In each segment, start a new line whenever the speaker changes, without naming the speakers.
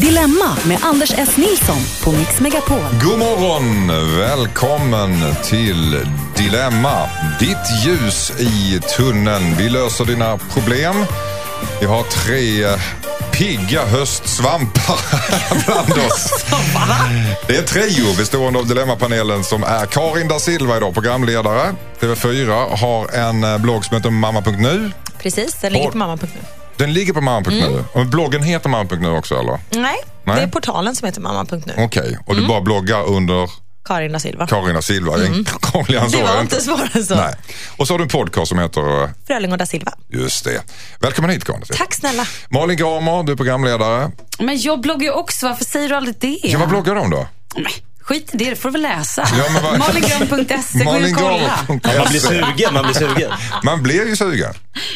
Dilemma med Anders S. Nilsson på Mix Megapol.
God morgon! Välkommen till Dilemma. Ditt ljus i tunneln. Vi löser dina problem. Vi har tre eh, pigga höstsvampar bland oss. Det är en trio bestående av Dilemmapanelen som är Karin da Silva idag, programledare. TV4 har en eh, blogg som heter mamma.nu.
Precis, den ligger på mamma.nu.
Den ligger på mamma.nu.
Mm.
Och Bloggen heter mamma.nu också eller?
Nej,
Nej.
det är portalen som heter mamma.nu.
Okej, och
Mm.
du bara bloggar under
Karin da Silva.
Karin da Silva. Mm. Krångligare
Det
så
var inte svårare än så.
Nej. Och så har du en podcast som heter eh,
Fröling och da Silva.
Just det. Välkommen hit Karin.
Tack snälla.
Malin Gramer, du är programledare.
Men jag bloggar ju också, varför säger du aldrig det?
Ja. Vad bloggar du om då?
Nej, Skit i det, det får du väl läsa.
Ja, men vad-
Malingram.se, gå in och kolla.
Gramer.se.
Man blir sugen, man blir sugen.
Man blir ju sugen.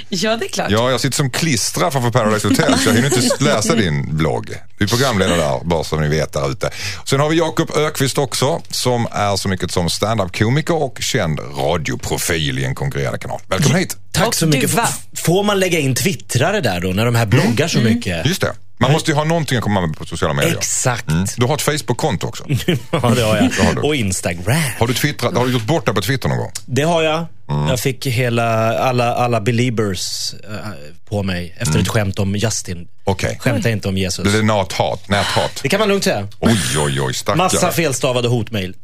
Ja, det är klart.
Ja, jag sitter som klistrad framför Paradise Hotel så jag hinner inte läsa din blogg. Du är programledare där, bara så ni vet där ute. Sen har vi Jakob Ökvist också som är så mycket som standup-komiker och känd radioprofil i en konkurrerande kanal. Välkommen hit!
Tack
Och
så mycket.
duva.
F- Får man lägga in twittrare där då, när de här bloggar så mycket?
Just Mm. det. Man måste ju ha någonting att komma med på sociala medier. Mm.
Exakt.
Du har ett Facebook-konto också.
Ja, det har
Det har du.
jag. Och Instagram.
Har Mm. du, twittrat, har du gjort bort det på Twitter någon gång?
Det har jag. Jag fick hela, alla, alla beliebers eh, på mig efter ett skämt om Justin.
Mm. Okej.
Skämta inte om Jesus.
Blev det näthat? näthat?
Det kan man lugnt säga.
Oj, oj, oj, stackare.
Massa felstavade hotmail.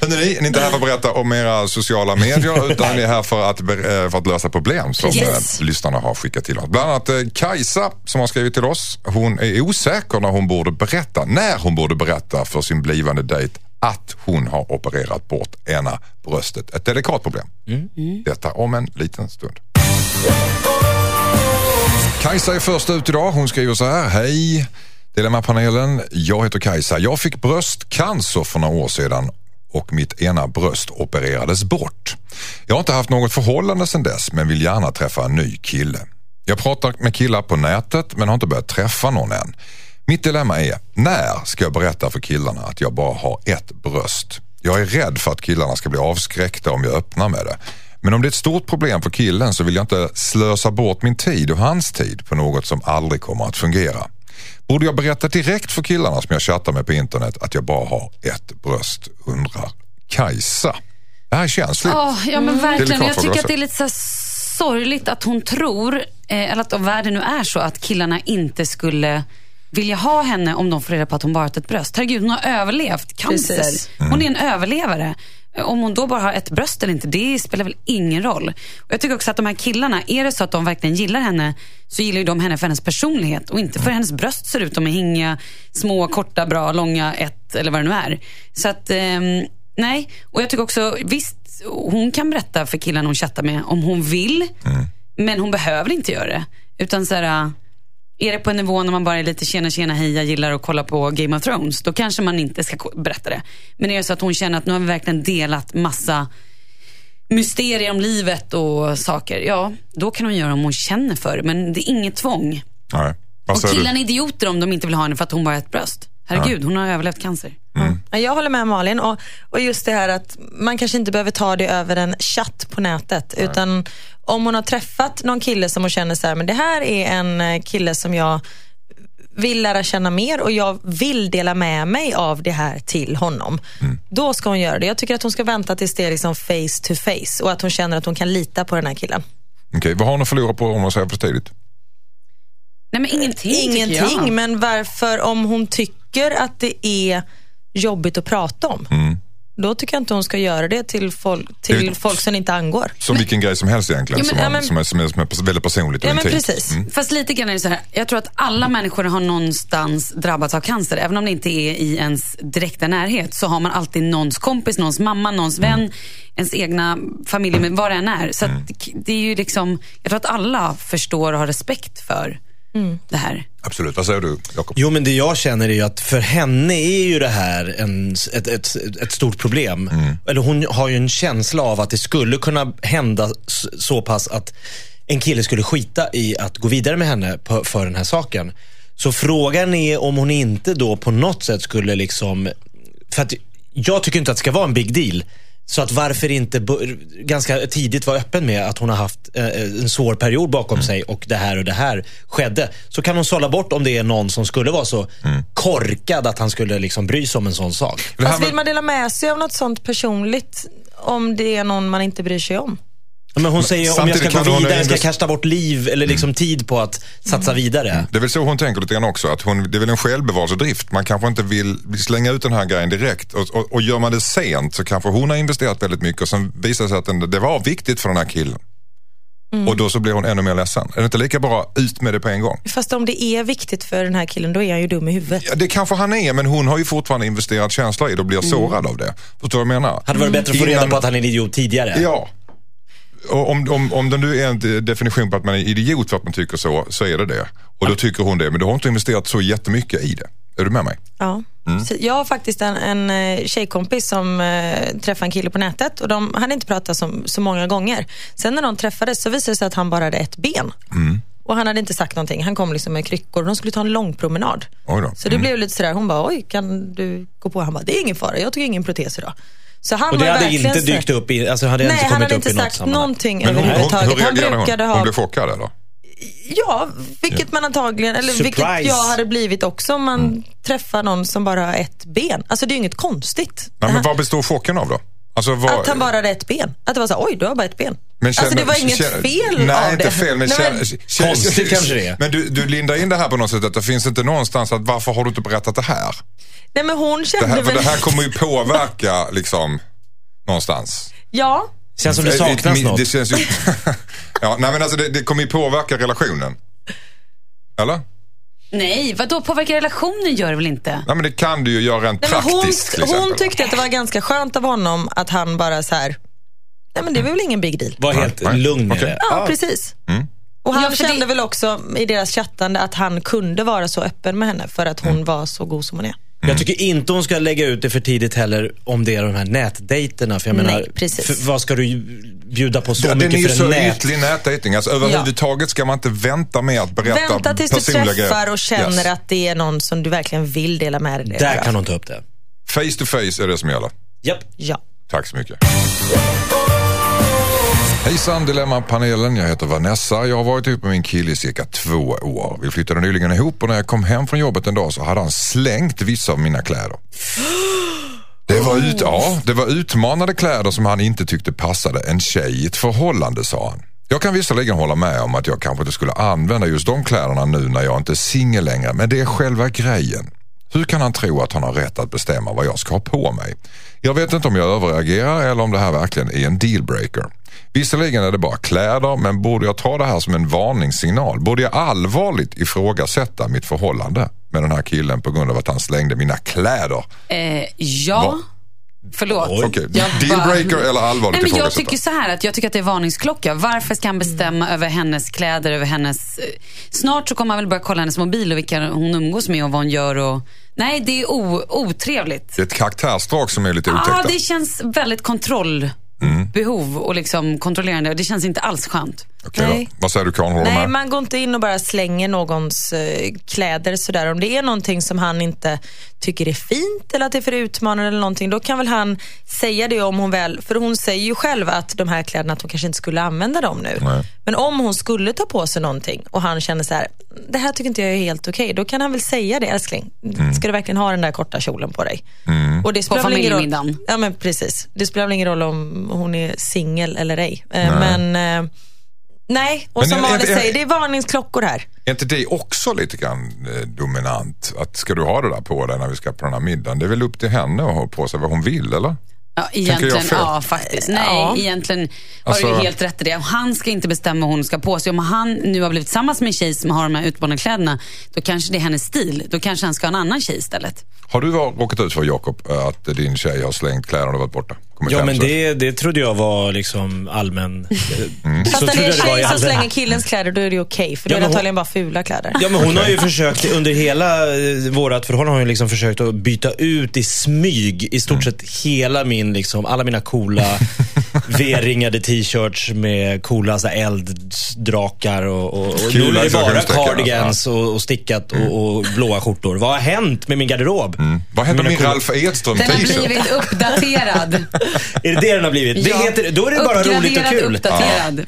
Hörrni, ni är inte här för att berätta om era sociala medier utan ni är här för att, ber- eh, för att lösa problem som
Precis.
eh, lyssnarna har skickat till oss. Bland annat eh, Kajsa som har skrivit till oss. Hon är osäker när hon borde berätta, när hon borde berätta för sin blivande dejt att hon har opererat bort ena bröstet. Ett delikat problem. Detta om en liten stund. Kajsa är först ut idag. Hon skriver så här. Hej Dilemmapanelen. Jag heter Kajsa. Jag fick bröstcancer för några år sedan och mitt ena bröst opererades bort. Jag har inte haft något förhållande sedan dess men vill gärna träffa en ny kille. Jag pratar med killar på nätet men har inte börjat träffa någon än. Mitt dilemma är, när ska jag berätta för killarna att jag bara har ett bröst? Jag är rädd för att killarna ska bli avskräckta om jag öppnar med det. Men om det är ett stort problem för killen så vill jag inte slösa bort min tid och hans tid på något som aldrig kommer att fungera. Borde jag berätta direkt för killarna som jag chattar med på internet att jag bara har ett bröst, undrar Kajsa. Det här är känsligt.
Åh, ja, men verkligen.
Mm. Delikat
Jag tycker
fråga
att det är lite så här sorgligt att hon tror, eh, eller att om världen nu är så, att killarna inte skulle vilja ha henne om de får reda på att hon bara har ett bröst. Herregud, hon har överlevt cancer.
Precis.
Hon är en överlevare. Eh, Om hon då bara har ett bröst eller inte, det spelar väl ingen roll. Och jag tycker också att de här killarna, är det så att de verkligen gillar henne så gillar ju de henne för hennes personlighet och inte för hennes bröst ser ut. De är hinga, små, korta, bra, långa, ett eller vad det nu är. Så att, ehm, Nej, och jag tycker också visst, hon kan berätta för killen hon chattar med om hon vill. Men hon behöver inte göra det. Utan så här, äh, är det på en nivå när man bara är lite tjena tjena hej jag gillar att kolla på Game of Thrones. Då kanske man inte ska ko- berätta det. Men är det så att hon känner att nu har vi verkligen delat massa mysterier om livet och saker. Ja, då kan hon göra om hon känner för det. Men det är inget tvång.
Nej. Vad
Och
säger
killarna
du?
är idioter om de inte vill ha henne för att hon bara har ett bröst. Herregud, hon har överlevt cancer.
Mm.
Ja, Jag håller med Malin och, och just det här att man kanske inte behöver ta det över en chatt på nätet utan om hon har träffat någon kille som hon känner så här, men det här är en eh, kille som jag vill lära känna mer och jag vill dela med mig av det här till honom.
Mm.
Då ska hon göra det. Jag tycker att hon ska vänta tills det är liksom face to face och att hon känner att hon kan lita på den här killen.
Okej, vad har hon att förlora på om hon säger för tidigt?
Nej men ingenting tycker jag.
Ingenting, men varför om hon tycker att det är jobbigt att prata om,
Mm.
då tycker jag inte hon ska göra det till, fol- till
Det-
folk som inte angår.
Som vilken grej som helst egentligen,
Jo, men-
som,
ja,
man,
men-
som, är, som, är, som är väldigt personligt och
Ja, men
intimt. Mm.
precis.
Fast lite grann är det så här, jag tror att alla människor har någonstans drabbats av cancer. Även om det inte är i ens direkta närhet så har man alltid någons kompis, någons mamma, någons vän, ens egna familj, men vad det än är. Så att, det är ju liksom, jag tror att alla förstår och har respekt för det här.
Absolut, vad säger du Jakob?
Jo, men det jag känner är ju att för henne är ju det här en, ett, ett, ett stort problem. Eller hon har ju en känsla av att det skulle kunna hända s- så pass att en kille skulle skita i att gå vidare med henne på, för den här saken. Så frågan är om hon inte då på något sätt skulle liksom... För att jag tycker inte att det ska vara en big deal. Så att varför inte bu- ganska tidigt vara öppen med att hon har haft eh, en svår period bakom sig och det här och det här skedde. Så kan hon sålla bort om det är någon som skulle vara så korkad att han skulle liksom bry sig om en sån sak.
Det här
Alltså, vill
med,
man dela med sig av något sånt personligt om det är någon man inte bryr sig om?
Men hon säger om jag
samtidigt
ska
kan
gå
hon
vidare,
ändå-
ska jag kasta bort liv eller liksom tid på att satsa vidare.
det är väl så hon tänker lite grann också, att hon, det är väl en självbevarelsedrift. Man kanske inte vill slänga ut den här grejen direkt och, och, och gör man det sent så kanske hon har investerat väldigt mycket och sen visar det sig att den, det var viktigt för den här killen. Och då så blir hon ännu mer ledsen. Är det inte lika bra ut med det på en gång?
Fast om det är viktigt för den här killen, då är han ju dum i huvudet.
Ja, det kanske han är, men hon har ju fortfarande investerat känsla i det och blir sårad av det. Förstår du vad jag menar?
Hade varit bättre att få reda
Innan-
på att han är en idiot tidigare.
Ja. Och om, om, om det nu är en de- definition på att man är idiot för att man tycker så, så är det det. Och då tycker hon det, men du har inte investerat så jättemycket i det. Är du med mig?
Ja.
Mm.
Så Jag har faktiskt en, en eh, tjejkompis som eh, träffade en kille på nätet och de hade inte pratat som, så många gånger. Sen när de träffades så visade det sig att han bara hade ett ben.
Mm.
Och han hade inte sagt någonting. Han kom liksom med kryckor och de skulle ta en lång promenad.
Oj då.
Mm.
Så det blev lite sådär, hon bara, oj kan du gå på? Han bara, det är ingen fara, jag tog ingen protes idag. Så han
Och det
var
hade
verkligen
inte
sådär-
dykt upp i, alltså hade
Nej,
inte
han
kommit
hade
upp
inte
i något
sagt
sammanhang.
hon,
någonting
hon, hur
överhuvudtaget. Han
reagerade hon?
brukade
Hon
ha
blev chockad eller?
Ja, vilket man antagligen, eller vilket
Surprise.
jag hade blivit också om man
Mm.
träffar någon som bara har ett ben. Alltså det är ju inget konstigt.
Nej, men
Han-
vad består chocken av då? Alltså, vad,
att han bara hade ett ben. Att det var så här, oj du har bara ett ben.
Men känner-
alltså det var inget
känner-
fel
nej,
av
inte
det.
fel, men,
Nej,
känner- känner-
Konstigt kanske det är.
Men du, du lindar in det här på något sätt, att det finns inte någonstans att varför har du inte berättat det här?
nej men hon
Det
kände
här, för
väl...
det här kommer ju påverka liksom någonstans.
Ja,
Känns som det
Eh,
saknas
min-
något.
Det känns ju... ja, nej men alltså det, det kommer ju påverka relationen. Eller?
Nej, vadå? Påverkar relationen gör det väl inte?
Nej men det kan du ju göra rent
nej, men hon,
praktiskt till exempel.
hon tyckte att det var ganska skönt av honom att han bara så här, nej men det
Mm.
var väl ingen big deal.
Var helt
Nej, nej.
lugn med
Okej.
det.
Ja, precis.
Mm.
Och han
Ja, för det-
kände väl också i deras chattande att han kunde vara så öppen med henne för att
Mm.
hon var så god som hon är.
Jag tycker inte hon ska lägga ut det för tidigt heller om det är de här nätdejterna. För jag
Nej,
menar,
precis.
för, vad ska du ju bjuda på så
Ja, den är
mycket
ju
för en
så
nät?
ytlig nätdejting. Alltså, överhuvudtaget ska man inte vänta med att berätta
Vänta tills du
personliga
träffar
grejer.
och känner
Yes.
att det är någon som du verkligen vill dela med dig
Där kan
av.
hon ta upp det.
Face to face är det som gäller.
Japp.
Ja.
Tack så mycket. Hejsan Dilemma-panelen, jag heter Vanessa. Jag har varit ihop med min kille i cirka två år. Vi flyttade nyligen ihop och när jag kom hem från jobbet en dag så hade han slängt vissa av mina kläder. Det var, ut, ja, det var utmanande kläder som han inte tyckte passade en tjej i ett förhållande, sa han. Jag kan visserligen hålla med om att jag kanske inte skulle använda just de kläderna nu när jag inte är singel längre, men det är själva grejen. Hur kan han tro att han har rätt att bestämma vad jag ska ha på mig? Jag vet inte om jag överreagerar eller om det här verkligen är en dealbreaker. Visserligen är det bara kläder, men borde jag ta det här som en varningssignal? Borde jag allvarligt ifrågasätta mitt förhållande med den här killen på grund av att han slängde mina kläder?
Eh, ja.
Va?
Förlåt.
Oj. Okej,
Jag
dealbreaker eller allvarligt
Nej, men Jag
ifrågasätta?
tycker så här att jag tycker att det är varningsklocka. Varför ska
Mm.
han bestämma över hennes kläder, över hennes... eh, Snart så kommer han väl börja kolla hennes mobil och vilka hon umgås med och vad hon gör och... Nej, det är o- otrevligt.
Det är ett karaktärsdrag som är lite otäckt.
Ja,
där.
Ah, det känns väldigt kontrollbehov och liksom kontrollerande och det känns inte alls skönt.
Okej då.
Nej.
Vad säger du Karin, håller
Nej,
du med?
man går inte in och bara slänger någons eh, kläder sådär. Om det är någonting som han inte tycker är fint eller att det är för utmanande eller någonting, då kan väl han säga det om hon väl, för hon säger ju själv att de här kläderna, att hon kanske inte skulle använda dem nu.
Nej.
Men om hon skulle ta på sig någonting och han känner så här, det här tycker inte jag är helt okej, då kan han väl säga det, älskling. Ska du verkligen ha den där korta kjolen på dig? Och det spelar väl ingen roll-
familjemiddagen.
Ja, men precis. Det spelar väl ingen roll om hon är singel eller ej. Eh, Men... eh, Nej, och
Men
som
jag- jag-
Malin
jag-
säger, det är varningsklockor här.
Är inte det också lite grann eh, dominant? Att ska du ha det där på dig när vi ska på den här middagen? Det är väl upp till henne att ha på sig vad hon vill, eller?
Ja,
jag
egentligen,
fel?
ja faktiskt. Nej,
Ja.
egentligen har
Alltså-
du ju helt rätt i det. Han ska inte bestämma vad hon ska på sig. Om han nu har blivit tillsammans med en tjej som har de här utmanande kläderna, då kanske det är hennes stil. Då kanske han ska ha en annan tjej istället.
Har du var- råkat ut för Jakob eh, att din tjej har slängt kläderna och varit borta? kommit
Ja,
hem.
men
så.
det, det trodde jag var liksom allmän... Mm.
Fast när det är tjejer som slänger killens kläder då är det okej. för då
Ja,
är det
men hon-
antagligen bara fula kläder.
Ja, men hon har ju försökt, under hela eh, vårat förhållande, har hon ju liksom försökt att byta ut i smyg i
Mm.
stort sett hela min, liksom, alla mina coola V-ringade t-shirts med coola så här, elddrakar och, och, och
Kul
nu är det
att jag Mm.
bara
kan sticka,
cardigans och, och stickat och, och blåa skjortor. Vad har hänt med min garderob?
Vad hände med min
coola-
Ralf Edström
Den har
t-shirt?
blivit uppdaterad.
Är det det den har blivit? Det
Ja.
heter, då är det bara roligt och
Uppgraderad,
kul.
Uppdaterad.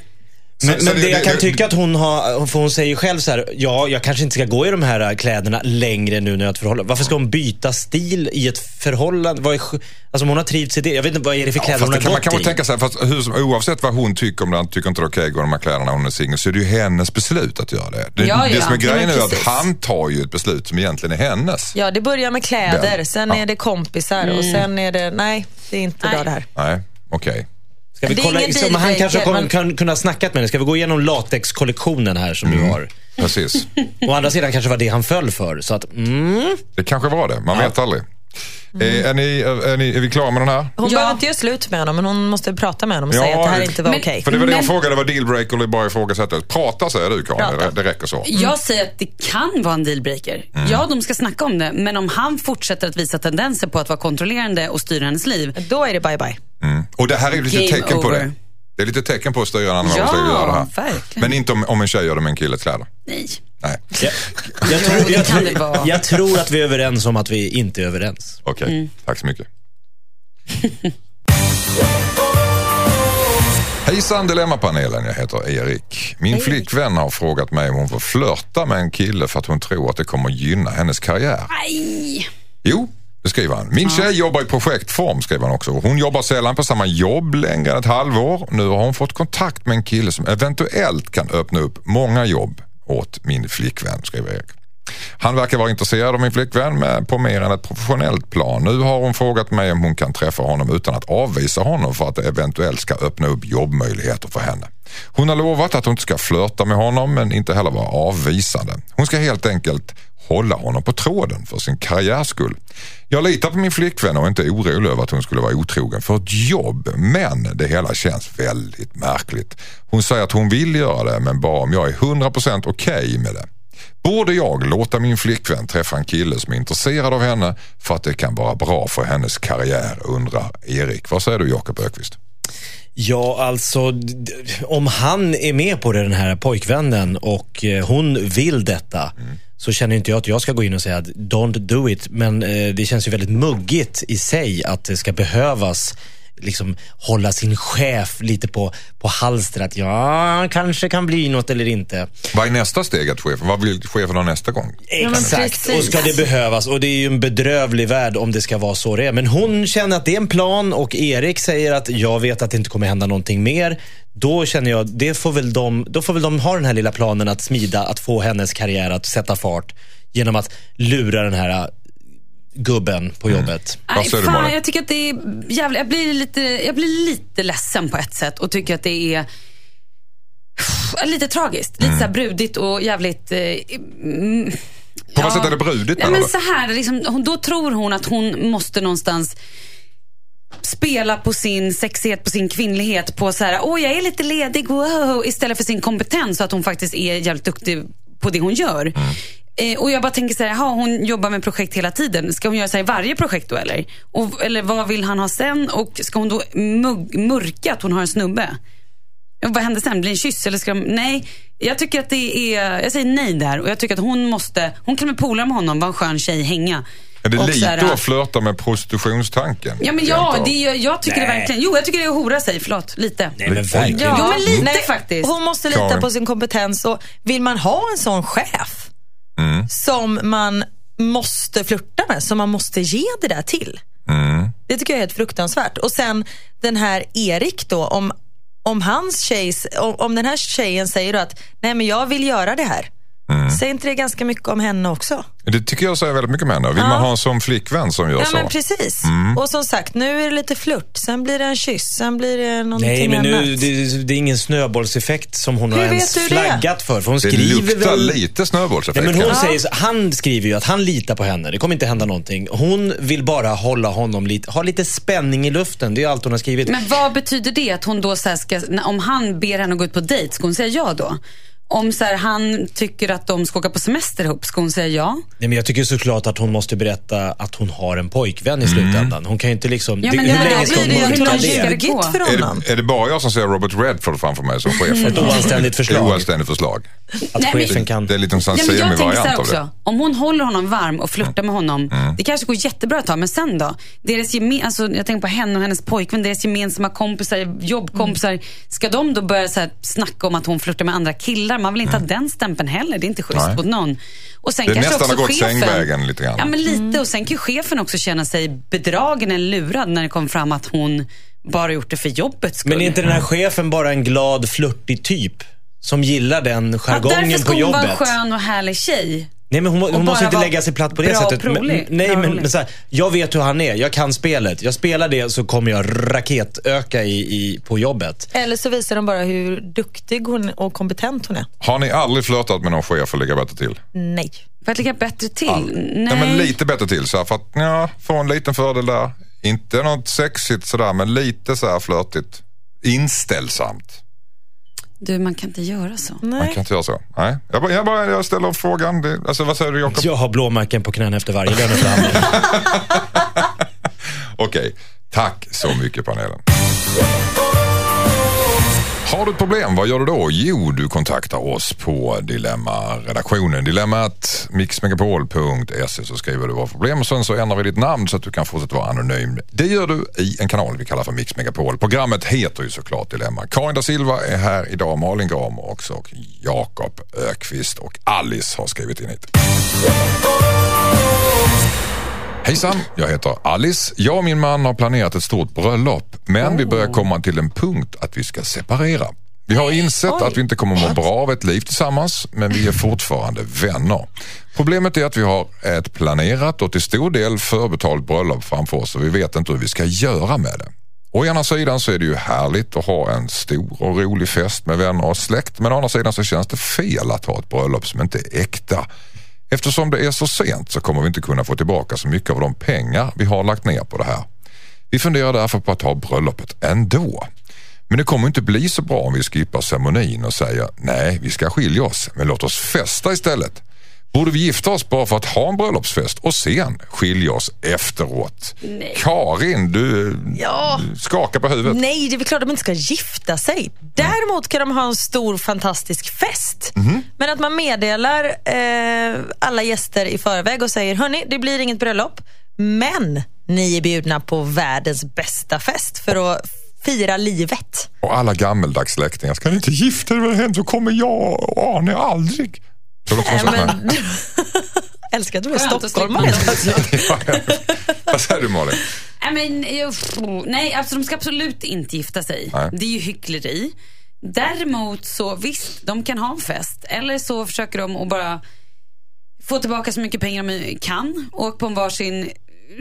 Men,
Så- så
men det,
det-
jag
det-
kan
det-
tycka att hon har, för hon säger ju själv så här, ja jag kanske inte ska gå i de här äh, kläderna längre nu när jag har ett förhållande. Varför ska hon byta stil i ett förhållande? Vad är, sk- alltså om hon har trivts i det, jag vet inte vad är det för
Ja,
kläder
fast
hon
det
har
kan, man kan väl
gått i?
tänka sig, fast hur som, oavsett vad hon tycker om det, han tycker inte det är okej att gå i de här kläderna hon är singel, så är det ju hennes beslut att göra det. Det,
Ja,
det som är
ja. Ja, men
grejen är ju att
precis.
han tar ju ett beslut som egentligen är hennes.
Ja, det börjar med kläder,
Den.
sen
Ja.
är det kompisar och sen är det, nej, det är inte
Mm.
bra
Nej.
det här.
Nej, okej.
Ska vi
Det är
kolla,
ingen
så, men han
dealbreaker,
kanske kommer
men-
kan, kunna ha snackat med henne. Ska vi gå igenom latexkollektionen här som
Mm.
du har?
Precis.
Å andra sidan kanske var det han föll för. Så att, mm.
Det kanske var det, man vet aldrig.
Mm.
Eh, är, ni, är, är ni, är vi klara med den här?
Hon
Ja.
behöver inte göra slut med honom, men hon måste prata med honom och
Ja,
säga att det här
det-
inte var
Men-
okej.
För det var det jag
Men-
frågade, vad dealbreaker eller bara ifrågasätta. Prata säger du Karin,
Prata.
det, det räcker så.
Jag säger att det kan vara en dealbreaker.
Mm.
Ja, de ska snacka om det, men om han fortsätter att visa tendenser på att vara kontrollerande och styra hennes liv.
Då är det bye-bye.
Mm. Och det här är ju lite
Game
tecken på
over.
det. Det är lite tecken på att styra en annan
Ja,
människa att göra det här.
verkligen.
Men inte om, om en tjej gör det med en killes kläder.
Nej.
Nej,
jag, jag,
Jo,
tror,
det
jag,
kan det
tror,
vara.
jag tror att vi är överens om att vi inte är överens.
okej.
Mm.
Tack så mycket. Hejsan Dilemmapanelen, jag heter Erik. Min flickvän har frågat mig om hon får flörta med en kille för att hon tror att det kommer gynna hennes karriär.
Aj.
Jo, det skriver han. Min tjej jobbar i projektform, skriver han också. Hon jobbar sällan på samma jobb längre än ett halvår. Nu har hon fått kontakt med en kille som eventuellt kan öppna upp många jobb åt min flickvän, skriver Erik. Han verkar vara intresserad av min flickvän men på mer än ett professionellt plan. Nu har hon frågat mig om hon kan träffa honom utan att avvisa honom för att det eventuellt ska öppna upp jobbmöjligheter för henne. Hon har lovat att hon inte ska flörta med honom men inte heller vara avvisande. Hon ska helt enkelt hålla honom på tråden för sin karriärs skull. Jag litar på min flickvän och är inte orolig över att hon skulle vara otrogen för ett jobb, men det hela känns väldigt märkligt. Hon säger att hon vill göra det, men bara om jag är 100% okej med det. Borde jag låta min flickvän träffa en kille som är intresserad av henne för att det kan vara bra för hennes karriär, undrar Erik. Vad säger du Jakob Ökvist?
Ja, alltså d- d- om han är med på det, den här pojkvännen och eh, hon vill detta så känner inte jag att jag ska gå in och säga att don't do it. Men eh, det känns ju väldigt muggigt i sig att det ska behövas liksom hålla sin chef lite på, på halster att ja, kanske kan bli något eller inte.
Vad är nästa steg att chefen? Vad vill chefen ha nästa gång?
men
Exakt,
precis.
och ska det behövas. Och det är ju en bedrövlig värld om det ska vara så det är. Men hon känner att det är en plan och Erik säger att jag vet att det inte kommer hända någonting mer. Då känner jag, det får väl de, då får väl de ha den här lilla planen att smida, att få hennes karriär att sätta fart genom att lura den här äh, gubben på jobbet.
Vad
Aj,
säger du,
fan,
Malin?
jag tycker att det är jävligt, jag blir, lite, jag blir lite ledsen på ett sätt och tycker att det är lite tragiskt.
Mm.
Lite så här brudigt och jävligt... Eh, mm,
På vad sätt är det brudigt?
Ja,
menar
men
du?
så här, liksom, hon, då tror hon att hon måste någonstans spela på sin sexighet, på sin kvinnlighet, på så här, åh jag är lite ledig, wow, istället för sin kompetens så att hon faktiskt är jävligt duktig på det hon gör.
Mm.
Eh, och jag bara tänker så här, jaha, hon jobbar med projekt hela tiden. Ska hon göra så här i varje projekt då eller? Och, eller vad vill han ha sen? Och ska hon då mugg, mörka att hon har en snubbe? Och vad händer sen? Blir det en kyss? Eller ska de... Nej, jag tycker att det är... Jag säger nej där. Och jag tycker att hon måste... Hon kan väl pola med honom, vara en skön tjej, hänga.
Är det
Och så
lite
här-
att flörta med prostitutionstanken?
Ja, men ja, det är, jag tycker det
Nej.
verkligen. Jo, jag tycker det är att hora sig. Förlåt, lite.
Nej men verkligen.
Jo, men lite faktiskt.
Hon måste lita
Karin.
på sin kompetens och vill man ha en sån chef
Mm.
som man måste flirta med, som man måste ge det där till.
Mm.
Det tycker jag är helt fruktansvärt. Och sen den här Erik då, om, om, hans tjejs, om, om den här tjejen säger då att nej men jag vill göra det här.
Mm.
Säger inte det ganska mycket om henne också?
Det tycker jag säger väldigt mycket om henne. Vill man ha en sån flickvän som gör
Ja,
så? Mm.
men precis. Och som sagt, nu är det lite flört, sen blir det en kyss, sen blir det någonting
Nej, men nu,
annat.
det, det är ingen snöbollseffekt som hon har
Hur
ens
vet du det?
flaggat för. För hon
Det
skriver
luktar
väl...
lite snöbollseffekt.
Nej, men hon
kanske.
säger, så- han skriver ju att han litar på henne. Det kommer inte hända någonting. Hon vill bara hålla honom lite, ha lite spänning i luften. Det är allt hon har skrivit.
Men vad betyder det att hon då så här ska, när- om han ber henne att gå ut på dejt, ska hon säga ja då? Om så här, han tycker att de ska åka på semester ihop, ska hon säga ja?
Nej, men jag tycker såklart att hon måste berätta att hon har en pojkvän i
Mm.
slutändan. Hon kan ju inte liksom...
Ja, men
hur
det-
länge
det
ska hon
blir ju att
mörka
hon
det?
älskar-
ljugit för
Är
honom.
det, är det bara jag som ser Robert Redford framför mig som chef?
Mm. Ett oanständigt förslag.
Ett oanständigt förslag.
Att
Nej, men-
chefen kan...
Det är lite som en
Nej, men jag tänker så här
semi-variant av det. Mm.
också. Om hon håller honom varm och flörtar med honom. Det kanske går jättebra ett tag, men sen då? Deras geme- alltså, jag tänker på henne och hennes pojkvän, deras gemensamma kompisar, jobbkompisar.
Mm.
Ska de då börja så här, snacka om att hon flörtar med andra killar? Man vill inte ha den stämpeln heller. Det är inte schysst
Mm. Nej.
mot någon. Och sen
Det
kanske
nästan
också
har gått
chefen,
sängvägen lite grann. Mm.
Ja, men lite. Och sen kan ju chefen också känna sig bedragen eller lurad när det kom fram att hon bara gjort det för jobbets skull.
Men är inte den här chefen bara en glad, flörtig typ? Som gillar den
ja, därför
jargongen
ska
på
hon vara en
jobbet.
skön och härlig tjej.
Nej, men hon,
bara
hon måste inte
vara
lägga sig platt på det
bra
sättet. Men,
prolig.
nej,
Bra
men,
rolig.
men så här, jag vet hur han är. Jag kan spelet. Jag spelar det så kommer jag raketöka i, i, på jobbet.
Eller så visar de bara hur duktig hon och kompetent hon är.
Har ni aldrig flörtat med någon chef och ligga bättre till?
Nej.
För att ligga bättre till? Nej.
Nej. men lite bättre till så här, för att ja, få en liten fördel där. Inte något sexigt sådär men lite så här flörtigt. Inställsamt.
Du, man kan inte göra så.
Man kan inte göra så. Nej. Jag, bara, jag, bara, jag ställer frågan. Det, alltså, vad säger du Jakob?
Jag har blåmärken på knäna efter varje löneförhandling.
Okej, tack så mycket panelen. Har du ett problem, vad gör du då? Jo, du kontaktar oss på Dilemma-redaktionen. Dilemmat mixmegapol.se så skriver du vad problem och sen så ändrar vi ditt namn så att du kan fortsätta vara anonym. Det gör du i en kanal vi kallar för Mix Megapol. Programmet heter ju såklart Dilemma. Karin da Silva är här idag, Malin Gram också och Jakob Ökvist och Alice har skrivit in hit. Hejsan, jag heter Alice. Jag och min man har planerat ett stort bröllop men vi börjar komma till en punkt att vi ska separera. Vi har insett att vi inte kommer må bra av ett liv tillsammans men vi är fortfarande vänner. Problemet är att vi har ett planerat och till stor del förbetalt bröllop framför oss och vi vet inte hur vi ska göra med det. Å ena sidan så är det ju härligt att ha en stor och rolig fest med vänner och släkt men å andra sidan så känns det fel att ha ett bröllop som inte är äkta. Eftersom det är så sent så kommer vi inte kunna få tillbaka så mycket av de pengar vi har lagt ner på det här. Vi funderar därför på att ha bröllopet ändå. Men det kommer inte bli så bra om vi skippar ceremonin och säger nej, vi ska skilja oss, men låt oss festa istället. Borde vi gifta oss bara för att ha en bröllopsfest och sen skilja oss efteråt? Karin, du
Ja.
du skakar på huvudet.
Nej, det är väl klart att de inte ska gifta sig. Däremot kan de ha en stor fantastisk fest. Men att man meddelar eh, alla gäster i förväg och säger, hörni, det blir inget bröllop, men ni är bjudna på världens bästa fest för att fira livet.
Och alla gammeldags släktingar, ska ni inte gifta er med henne så kommer jag och Arne aldrig. Så de kommer
Nej,
så här.
men... Älskar att du är
Skönt att
stockholmare
slippa.
helt plötsligt.
Ja, ja. Vad säger du Malin?
Nej, men, jag- pff, nej alltså, de ska absolut inte gifta sig.
Nej.
Det är ju hyckleri. Däremot så visst, de kan ha en fest. Eller så försöker de att bara få tillbaka så mycket pengar de kan. Åka på en varsin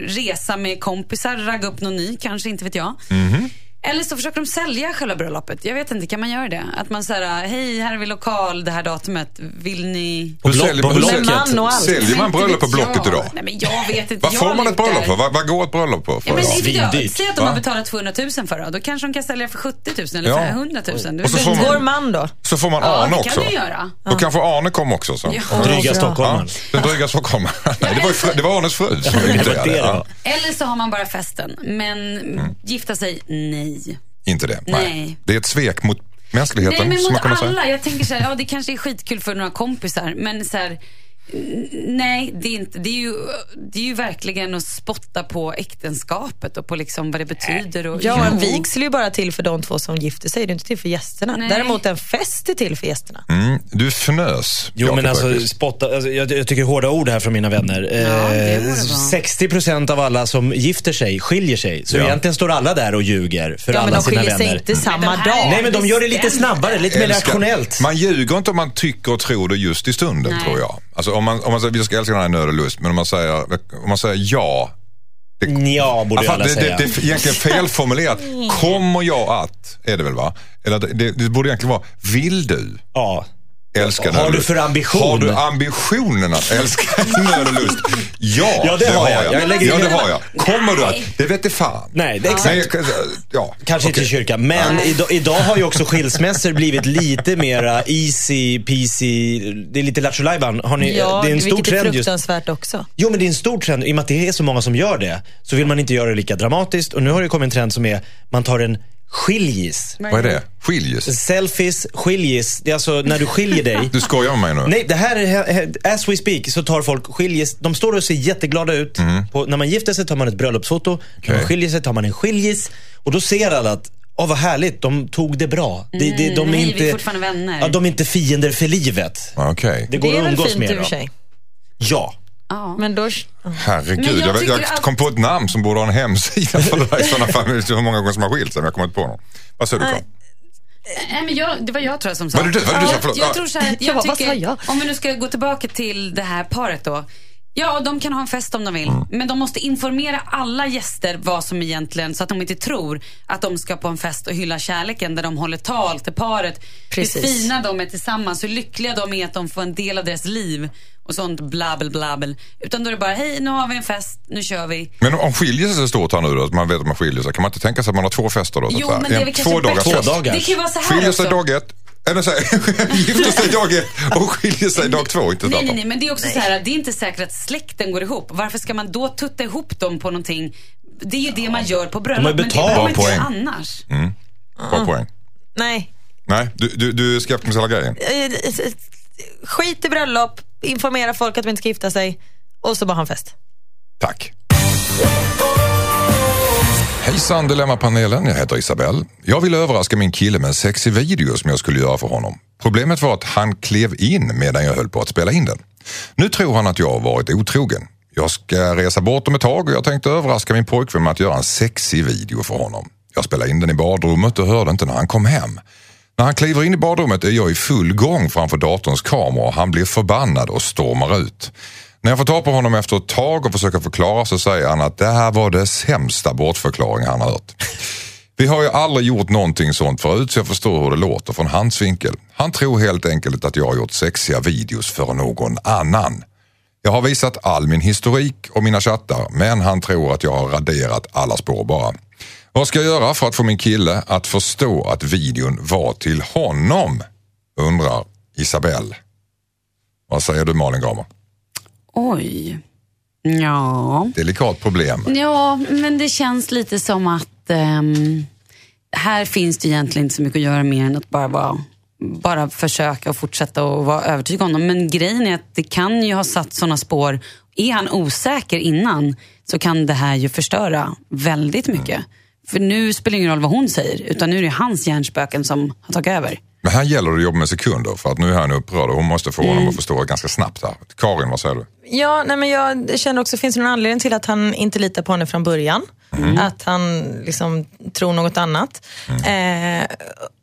resa med kompisar, ragga upp någon ny kanske, inte vet jag.
Mhm.
Eller så försöker de sälja själva bröllopet. Jag vet inte, kan man göra det? Att man säger, hej, här är vi lokal det här datumet. Vill ni...
På,
Hur
block,
säljer-
på
hur
Blocket.
säljer- Man och allt.
Säljer man bröllop på
Inte vet
Blocket
jag.
idag?
Nej, men jag vet inte.
Vad får
Jag
man ett
har
bröllop
inte-
för? Vad, vad går ett bröllop på? För
Ja, men
idag?
det vet jag.
Svindyrt.
Säg att de
Va?
har betalat 200 000 för det. Då kanske de kan sälja för 70 000 eller
Ja.
500 000. Du
Och så
vet
får
inte.
man-
Vår man då?
Så får man
Ja,
Arne
det
också.
kan du göra.
Då kanske Arne kom också. Så.
Ja.
Dryga
Ja,
stockholmaren.
den dryga stockholmaren. Nej, det var, ju fru- det var Arnes fru som
Det var det det
inviterade.
var.
Eller så har man bara festen. Men
Mm.
gifta sig, nej.
Inte det. Nej.
Nej.
Det är ett svek mot mänskligheten.
Nej, men
som man
mot
kan
alla.
säga.
Jag tänker så här, ja det kanske är skitkul för några kompisar. Men så här, Nej, det är, inte, det, är ju, det är ju verkligen att spotta på äktenskapet och på liksom vad det betyder. Och,
Ja, en
Jo.
vigsel är ju bara till för de två som gifter sig. Det är inte till för gästerna.
Nej.
Däremot en fest är till för gästerna.
Mm, du fnös.
Jo,
Jakob
men alltså,
Öqvist.
spotta, alltså jag, jag tycker hårda ord här från mina vänner.
det
Eh,
borde vara.
60% av alla som gifter sig skiljer sig. Så
Ja.
egentligen står alla där och ljuger för
Ja, men
alla
de
sina
skiljer sig
vänner.
inte samma
Men de här-
dag.
Nej, men de gör det lite snabbare, lite mer
Älskar.
rationellt.
Man ljuger inte om man tycker och tror det just i stunden
Nej.
tror jag. Alltså om man, om man säger vi ska älska den här nöd och lust, men om man säger, om man säger ja.
Ja, borde ju
Alltså,
alla
det, det,
säga.
det är egentligen felformulerat.
Mm.
Kommer jag att, är det väl va? Eller det- det, det borde egentligen vara, vill du?
Ja.
älska
Har
nöd och
du
lust?
för ambition?
Har du ambitionen att älska nöd och lust? Ja,
Ja, det har jag. Jag lägger
ja,
in-
det har jag. Kommer du att? Det vet du fan.
Nej, det är exakt.
Nej, ja.
Kanske
okej.
inte kyrkan, men idag, idag har ju också skilsmässor blivit lite mera easy peasy. Det är lite lattjo lajban. Har ni-
Ja,
Det är en stor
vilket är
trend just
fruktansvärt också.
Jo, men det är en stor trend. I och med att det är så många som gör det så vill man inte göra det lika dramatiskt. Och nu har det kommit en trend som är, man tar en skiljis.
Vad är det? Skiljes?
Selfies, skiljis. Det är alltså när du skiljer dig.
Du skojar med mig nu?
Nej, det här är, as we speak så tar folk skiljis. De står och ser jätteglada ut. På, när man gifter sig tar man ett bröllopsfoto. När man
Okej.
skiljer sig tar man en skiljis. Och då ser alla att, åh vad härligt, de tog det bra. De, de, de, är
nej, vi är
inte,
fortfarande vänner.
Ja, de är inte fiender för livet.
Ja, Okej.
Det går
Det är
att
väl
umgås
fint
med
i och för
dem.
sig.
Ja.
Ja.
Men då...
Herregud,
Men jag
jag, vet- jag,
tycker att-
kom på ett namn som borde ha en hemsida för det där i sådana fall. Det är Hur många gånger som har skilt sig, men jag kommer inte på någon. Vad sa du Karin?
Nej, men jag, det var jag tror jag som sa.
Var det du? Var det du som-
jag,
förlåt.
jag tror så här, att
Jag
jag
bara, vad sa
tycker,
jag?
om vi nu ska gå tillbaka till det här paret då. Ja, de kan ha en fest om de vill,
Mm.
men de måste informera alla gäster vad som egentligen, så att de inte tror att de ska på en fest och hylla kärleken där de håller tal till paret.
Precis.
Hur fina de är tillsammans, hur lyckliga de är att de får en del av deras liv och sånt blabbel blabbel. Utan då är det bara, hej nu har vi en fest, nu kör vi.
Men om skiljes är stort här nu då, att man vet att man skiljer sig, kan man inte tänka sig att man har två fester då? så att säga? En-
väl
två dagars
bättre-
fest.
Två dagar.
Det kan ju vara så här
Skiljer
också.
sig dag ett, eller så här, gifter sig dag ett och skiljer sig dag två, inte
Nej, nej,
tvärtom.
nej, men det är också så här att det är inte säkert att släkten går ihop. Varför ska man då tutta ihop dem på någonting? Det är ju det man gör på bröllop,
De har
men det
betalt.
behöver man inte
Bra
göra
poäng.
annars.
Bra poäng.
Nej.
Nej, du, du, du är skeptisk till hela grejen.
Eh, eh, Skit i bröllop, informera folk att de inte ska gifta sig och så bara ha en fest.
Tack. Hejsan Dilemmapanelen, jag heter Isabel. Jag ville överraska min kille med en sexig video som jag skulle göra för honom. Problemet var att han klev in medan jag höll på att spela in den. Nu tror han att jag har varit otrogen. Jag ska resa bort om ett tag och jag tänkte överraska min pojkvän med att göra en sexig video för honom. Jag spelade in den i badrummet och hörde inte när han kom hem. När han kliver in i badrummet är jag i full gång framför datorns kamera och han blir förbannad och stormar ut. När jag får ta på honom efter ett tag och försöker förklara så säger han att det här var det sämsta bortförklaring han har hört. Vi har ju aldrig gjort någonting sånt förut så jag förstår hur det låter från hans vinkel. Han tror helt enkelt att jag har gjort sexiga videos för någon annan. Jag har visat all min historik och mina chattar men han tror att jag har raderat alla spår bara. Vad ska jag göra för att få min kille att förstå att videon var till honom? Undrar Isabelle. Vad säger du Malin Gramer?
Oj. Ja.
Delikat problem.
Ja, men det känns lite som att ehm, här finns det egentligen inte så mycket att göra mer än att bara vara bara försöka och fortsätta och vara övertygad om dem. Men grejen är att det kan ju ha satt sådana spår. Är han osäker innan så kan det här ju förstöra väldigt mycket. För nu spelar det ingen roll vad hon säger, utan nu är det hans hjärnspöken som har tagit över.
Men här gäller det att jobba med sekunder för att nu är han upprörd och hon måste få honom att förstå ganska snabbt här. Karin, vad säger du?
Ja, nej men jag känner också, finns det någon anledning till att han inte litar på henne från början? Att han liksom tror något annat? Eh,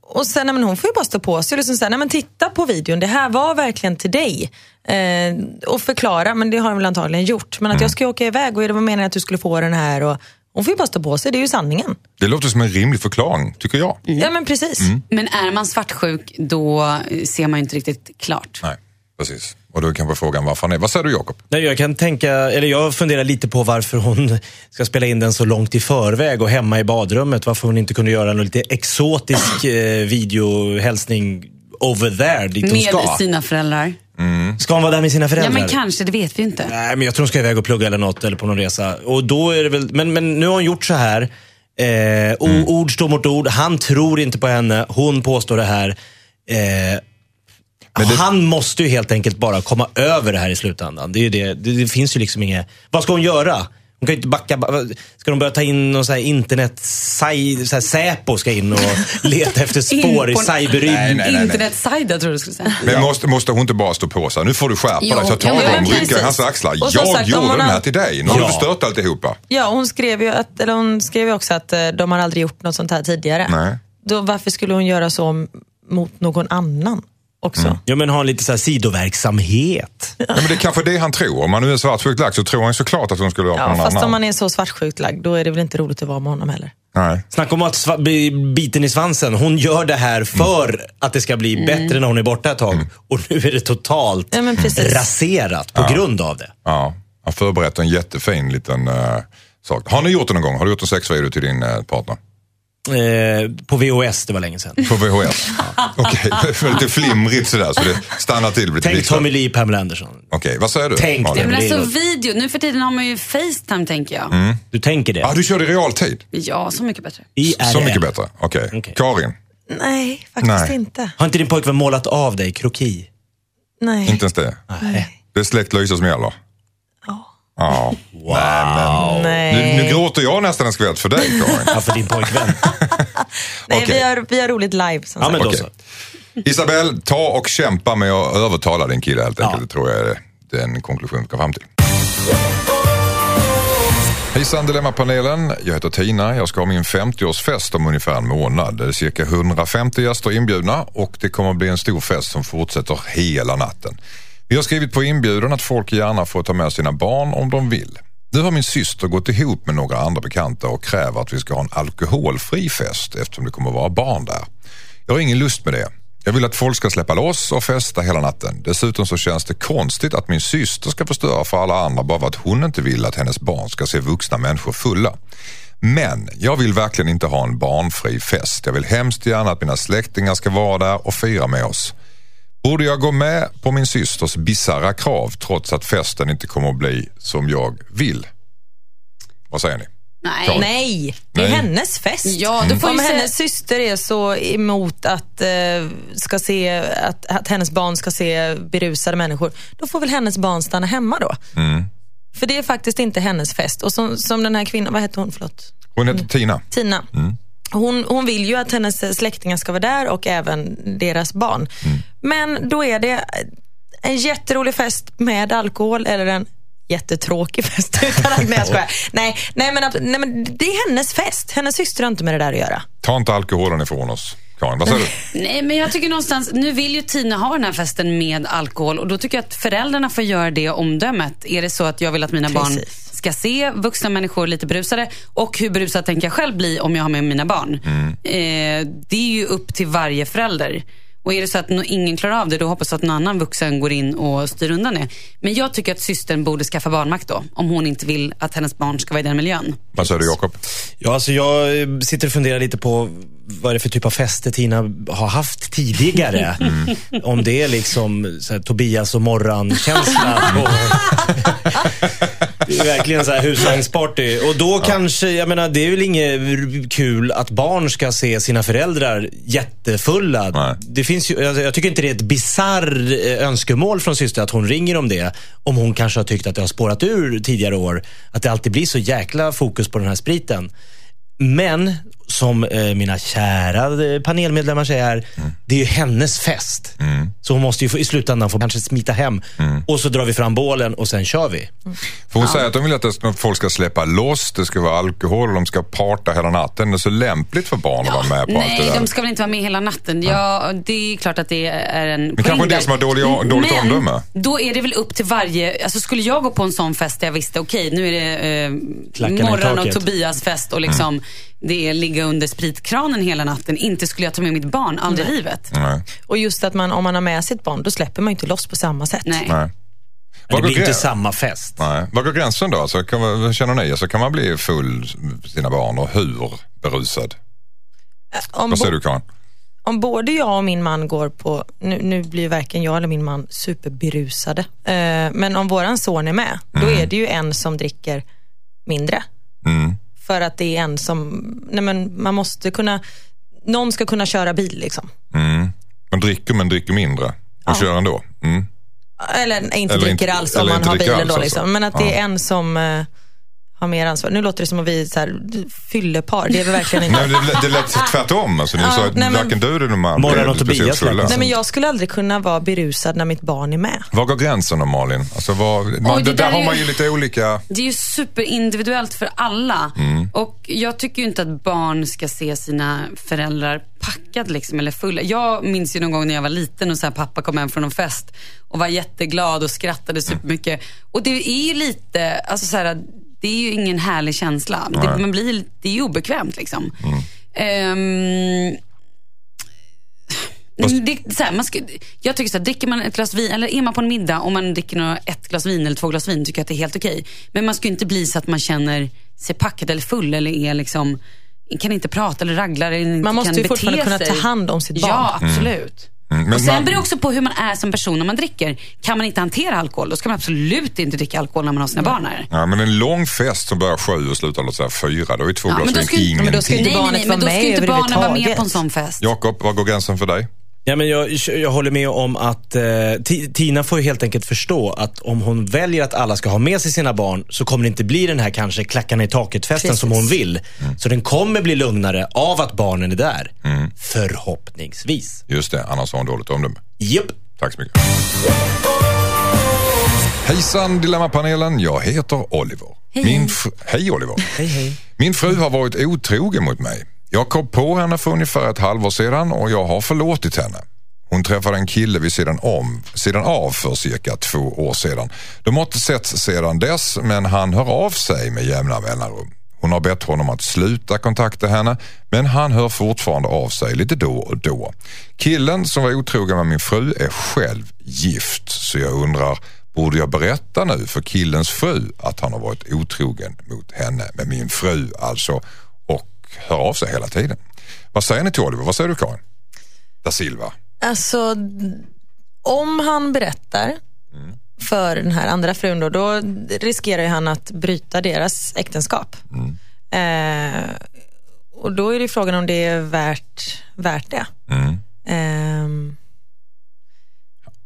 och sen, nej men hon får ju bara stå på sig och liksom säga, nej men titta på videon, det här var verkligen till dig. Eh, och förklara, men det har han väl antagligen gjort. Men att jag ska ju åka iväg och är det var meningen att du skulle få den här? Och, hon får ju bara stå på sig, det är ju sanningen.
Det låter som en rimlig förklaring, tycker jag.
Ja men precis.
Men är man svartsjuk, då eh, ser man ju inte riktigt klart.
Nej, precis. Och då kanske frågan varför han är. Vad säger du Jakob?
Nej, jag kan tänka, eller jag funderar lite på varför hon ska spela in den så långt i förväg och hemma i badrummet. Varför hon inte kunde göra en lite exotisk eh, videohälsning over there dit hon ska.
Med sina föräldrar.
Ska hon vara där med sina
Ja,
föräldrar?
men kanske, det vet vi ju inte.
Nej, men jag tror hon ska iväg och plugga eller något eller på någon resa. Och då är det väl, men, men nu har hon gjort så här. Eh, o-
Mm.
Ord står mot ord. Han tror inte på henne. Hon påstår det här. Eh,
Men det-
Han måste ju helt enkelt bara komma över det här i slutändan. Det, är ju det, det, det finns ju liksom inget... Vad ska hon göra? Hon kan ju inte backa. ba- vad- Ska de börja ta in någon sån här internet... saj- Så här Säpo ska in och leta efter spår i
Impon-
Nej,
cyberrymden.
nej, nej.
Internetsida tror jag du skulle säga.
Men måste, måste hon inte bara stå på sig? Nu får du skärpa
Jo,
dig. Så jag tar
jo,
i dem,
men
rycker
precis.
i hans axlar.
Och som
jag
sagt, om
gjorde
hon
den här
har-
till dig. Nu har
Ja.
du förstört alltihopa.
Ja, hon skrev ju, att, eller hon skrev ju också att eh, de har aldrig gjort något sånt här tidigare.
Nej.
Då, varför skulle hon göra så m- mot någon annan också?
Mm.
Ja, men ha en lite så här sidoverksamhet.
Ja, men det är kanske det han tror. Om han nu är svartsjukt lagd så tror han såklart att hon skulle vara på
Ja,
någon
fast
annan.
om man är så svartsjukt lagd, då är det väl inte roligt att vara med honom heller.
Nej.
Snacka om att sva- bli biten i svansen. Hon gör det här för att det ska bli bättre när hon är borta ett tag. Och nu är det totalt
Mm. Ja, men precis.
raserat på grund av det.
Ja, han förberett en jättefin liten eh, sak. Har ni gjort det någon gång? Har du gjort en sexvideo till din eh, partner?
Eh, på VHS, det var länge
Mm.
sedan.
På VHS? Okej, det var lite flimrigt sådär så det stannar till. lite
Tänk
blixtar.
Tommy
Okej,
Lee, Pamela Anderson.
vad säger du?
Tänk
Malin?
det
Men
blir
alltså
något.
video, nu för tiden har man ju Facetime tänker jag.
Mm.
Du tänker det?
Ja, du körde i realtid.
Ja, så mycket bättre.
IRL.
Så mycket bättre. Okej.
Okej.
Karin,
Nej, faktiskt
Nej.
inte.
Har inte din pojkvän målat av dig kroki?
Nej.
inte ens det.
Nej.
Det är släkt Lysa som gäller. Ja. Wow.
Nej.
Nu, nu gråter jag nästan en skvätt för dig Karin.
Ja, för din pojkvän.
Nej,
Okej.
vi, har, vi har roligt live som
Ja,
sagt.
men då
Okej.
så.
Isabel, ta och kämpa med att övertala din kille helt enkelt. Det tror jag är den konklusion vi kom fram till. Hejsan Dilemmapanelen, jag heter Tina. Jag ska ha min 50-årsfest om ungefär en månad. Det är cirka 150 gäster inbjudna och det kommer att bli en stor fest som fortsätter hela natten. Vi har skrivit på inbjudan att folk gärna får ta med sina barn om de vill. Nu har min syster gått ihop med några andra bekanta och kräver att vi ska ha en alkoholfri fest eftersom det kommer att vara barn där. Jag har ingen lust med det. Jag vill att folk ska släppa loss och festa hela natten. Dessutom så känns det konstigt att min syster ska förstöra för alla andra bara för att hon inte vill att hennes barn ska se vuxna människor fulla. Men jag vill verkligen inte ha en barnfri fest. Jag vill hemskt gärna att mina släktingar ska vara där och fira med oss. Borde jag gå med på min systers bisarra krav trots att festen inte kommer att bli som jag vill? Vad säger ni?
Nej.
Nej, det är
Nej.
hennes fest.
Ja, då får
Om
vi se-
hennes syster är så emot att, eh, ska se, att, att hennes barn ska se berusade människor, då får väl hennes barn stanna hemma då.
Mm.
För det är faktiskt inte hennes fest. Och som, som den här kvinnan, vad hette hon? Förlåt.
Hon heter Tina.
Tina.
Mm.
Hon, hon vill ju att hennes släktingar ska vara där och även deras barn.
Mm.
Men då är det en jätterolig fest med alkohol eller en jättetråkig fest utan alkohol. Nej, jag skojar. nej, nej, men, att- nej, men det är hennes fest. Hennes syster har inte med det där att göra.
Ta inte alkoholen ifrån oss, Karin. Vad säger du?
Nej, men jag tycker någonstans, nu vill ju Tina ha den här festen med alkohol och då tycker jag att föräldrarna får göra det omdömet. Är det så att jag vill att mina barn
Precis.
ska se vuxna människor lite berusade och hur berusad tänker jag själv bli om jag har med mina barn? Eh, det är ju upp till varje förälder. Och är det så att nå- ingen klarar av det, då hoppas jag att någon annan vuxen går in och styr undan det. Men jag tycker att systern borde skaffa barnvakt då, om hon inte vill att hennes barn ska vara i den miljön.
Vad säger du, Jakob?
Ja, alltså jag eh, sitter och funderar lite på vad det är för typ av fester Tina har haft tidigare.
Mm.
Om det är liksom så här, Tobias och Morran-känsla. på- Det är verkligen så här husvagnsparty. Och då kanske, jag menar det är väl inget r- kul att barn ska se sina föräldrar jättefulla.
Nej.
Det finns ju, alltså, jag, jag tycker inte det är ett bisarr eh, önskemål från syster att hon ringer om det. Om hon kanske har tyckt att det har spårat ur tidigare år. Att det alltid blir så jäkla fokus på den här spriten. Men som eh, mina kära eh, panelmedlemmar säger här, det är ju hennes fest. Så hon måste ju få, i slutändan få kanske smita hem. Och så drar vi fram bålen och sen kör vi.
För hon säger att de vill att det ska- folk ska släppa loss, det ska vara alkohol, de ska parta hela natten. Det är så lämpligt för barn att vara med på allt det
Nej,
där.
de ska väl inte vara med hela natten. Ja, det är klart att det är en
Men kanske en del som har dålig, dåligt
Men
omdöme.
då är det väl upp till varje, alltså skulle jag gå på en sån fest där jag visste, okej nu är det eh,
Klackarna i
morgon och
taket.
Tobias fest
Mm.
och liksom det är ligga under spritkranen hela natten. Inte skulle jag ta med mitt barn, aldrig i livet.
Nej.
Och just att man, om man har med sitt barn, då släpper man ju inte loss på samma sätt.
Nej.
Nej.
Men
Vad
det
går,
blir inte
gräns?
samma fest.
Nej. Vad går gränsen då? Så kan, man- vad känner ni? Så kan man bli full med sina barn och hur berusad?
Om,
Vad säger
bo,
du Karin?
om både jag och min man går på, nu, nu blir varken jag eller min man superberusade, eh, men om våran son är med, då är det ju en som dricker mindre.
Mm.
För att det är en som, nej men man måste kunna, någon ska kunna köra bil liksom.
Mm. Man dricker men dricker mindre. och kör ändå. Mm.
Eller inte
Eller
dricker
inte-
alls om
eller
man
inte
har
dricker
bilen
alls,
då.
alltså.
Liksom. Men att det är en som eh, har mer ansvar. Nu låter det som att vi är så här, fyllepar. Det är vi verkligen inte.
Nej, men det, det lät tvärtom. Alltså, ni
Ja,
sa att
nej, men-
varken du eller de andra
Morran
blev
och
speciellt
Tobias lät
fulla.
det
Nej, men jag skulle aldrig kunna vara berusad när mitt barn är med.
Var går gränsen då Malin? Alltså, var, man,
Oj,
det
det
där,
där är
har man ju
ju-
lite olika...
Det är ju superindividuellt för alla. Och jag tycker ju inte att barn ska se sina föräldrar packad liksom, eller fulla. Jag minns ju någon gång när jag var liten och så här, pappa kom hem från en fest och var jätteglad och skrattade supermycket. Och det är ju lite, alltså så här, det är ju ingen härlig känsla. Det,
Nej.
man blir, det är ju obekvämt liksom. Ehm, Nej, men Mm, Det, så här, man ska, jag tycker så här, dricker man ett glas vin, eller är man på en middag och man dricker några, ett glas vin eller två glas vin, tycker jag att det är helt okej. Men man ska ju inte bli så att man känner sig packad eller full eller är liksom, kan inte prata eller raglar. Eller inte
Man måste
kan
ju
bete
fortfarande kunna
sig.
ta hand om sitt barn.
Ja, absolut.
Mm, men
och sen
man-
beror det också på hur man är som person när man dricker. Kan man inte hantera alkohol, då ska man absolut inte dricka alkohol när man har sina barn här.
Ja, men en lång fest som börjar sju och slutar låt säga fyra, då är två glas vin
ska inte-
men då ska
ingenting.
inte
Nej,
barnet
nej, nej,
vara
men då ska
med
ju inte barnen vara med
överhuvudtaget.
på en sån fest.
Jakob, var går gränsen för dig?
Ja, men jag, jag håller med om att eh, Ti- Tina får ju helt enkelt förstå att om hon väljer att alla ska ha med sig sina barn så kommer det inte bli den här kanske klackarna i taket-festen som hon vill.
Mm.
Så den kommer bli lugnare av att barnen är där. Förhoppningsvis.
Just det, annars har hon dåligt omdöme.
Japp.
Tack så mycket. Hejsan Dilemmapanelen, jag heter Oliver. Min fr- hej Oliver. Min fru har varit otrogen mot mig. Jag kom på henne för ungefär ett halvår sedan och jag har förlåtit henne. Hon träffade en kille vid sidan, om, sidan av för cirka två år sedan. De har inte setts sedan dess men han hör av sig med jämna mellanrum. Hon har bett honom att sluta kontakta henne men han hör fortfarande av sig lite då och då. Killen som var otrogen med min fru är själv gift så jag undrar Borde jag berätta nu för killens fru att han har varit otrogen mot henne med min fru alltså och hör av sig hela tiden? Vad säger ni till Oliver? Vad säger du Karin? Da Silva.
Alltså, om han berättar för den här andra frun då, då riskerar ju han att bryta deras äktenskap. Eh, och då är det ju frågan om det är värt, värt det. Ehm,